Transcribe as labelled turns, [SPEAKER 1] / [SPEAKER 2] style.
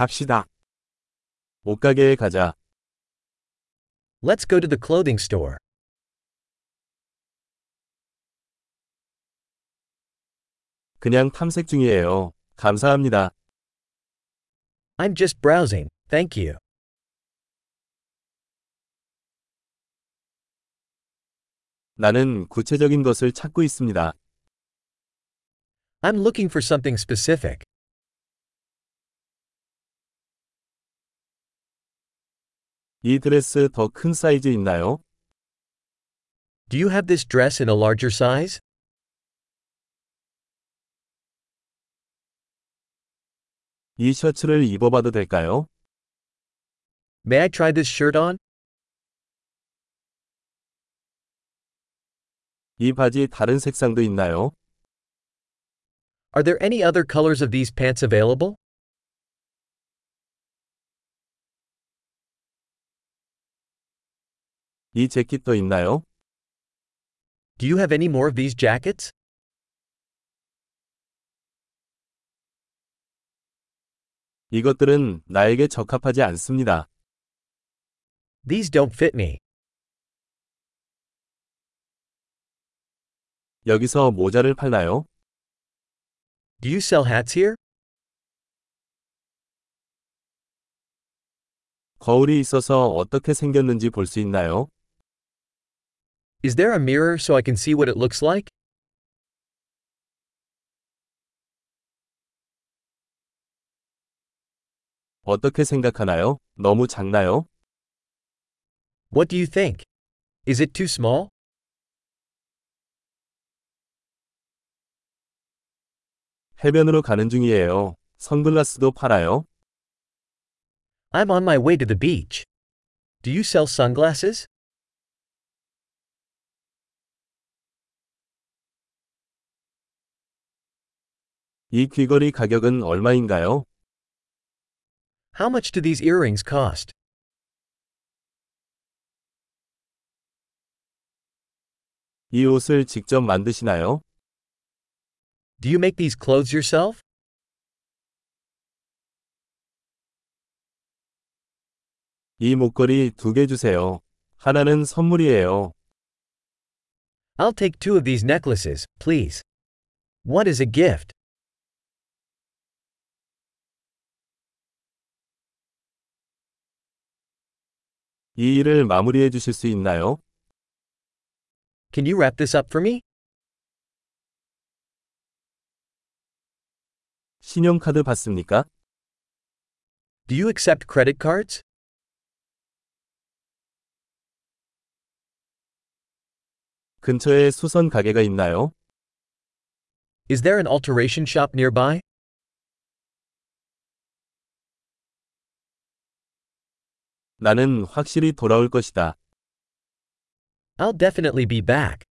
[SPEAKER 1] 갑시다. 옷가게에 가자.
[SPEAKER 2] Let's go to the clothing store.
[SPEAKER 1] 그냥 탐색 중이에요. 감사합니다.
[SPEAKER 2] I'm just browsing, thank you.
[SPEAKER 1] 나는 구체적인 것을 찾고 있습니다.
[SPEAKER 2] I'm looking for something specific.
[SPEAKER 1] 이 드레스 더 큰 사이즈 있나요?
[SPEAKER 2] Do you have this dress in a larger size?
[SPEAKER 1] 이 셔츠를 입어봐도 될까요?
[SPEAKER 2] May I try this shirt on?
[SPEAKER 1] 이 바지 다른 색상도 있나요?
[SPEAKER 2] Are there any other colors of these pants available?
[SPEAKER 1] 이 재킷도 있나요?
[SPEAKER 2] Do you have any more of these jackets?
[SPEAKER 1] 이것들은 나에게 적합하지 않습니다.
[SPEAKER 2] These don't fit me.
[SPEAKER 1] 여기서 모자를 팔나요?
[SPEAKER 2] Do you sell hats here?
[SPEAKER 1] 거울이 있어서 어떻게 생겼는지 볼 수 있나요?
[SPEAKER 2] Is there a mirror so I can see what it looks like?
[SPEAKER 1] 어떻게 생각하나요? 너무 작나요?
[SPEAKER 2] What do you think? Is it too small?
[SPEAKER 1] 해변으로 가는 중이에요. 선글라스도 팔아요?
[SPEAKER 2] I'm on my way to the beach. Do you sell sunglasses?
[SPEAKER 1] 이 귀걸이 가격은 얼마인가요?
[SPEAKER 2] How much do these earrings cost?
[SPEAKER 1] 이 옷을 직접 만드시나요?
[SPEAKER 2] Do you make these clothes yourself?
[SPEAKER 1] 이 목걸이 두 개 주세요. 하나는 선물이에요.
[SPEAKER 2] I'll take two of these necklaces, please. What is a gift?
[SPEAKER 1] 이 일을 마무리해 주실 수 있나요?
[SPEAKER 2] Can you wrap this up for me?
[SPEAKER 1] 신용카드 받습니까?
[SPEAKER 2] Do you accept credit cards?
[SPEAKER 1] 근처에 수선 가게가 있나요?
[SPEAKER 2] Is there an alteration shop nearby?
[SPEAKER 1] 나는 확실히 돌아올 것이다.
[SPEAKER 2] I'll definitely be back.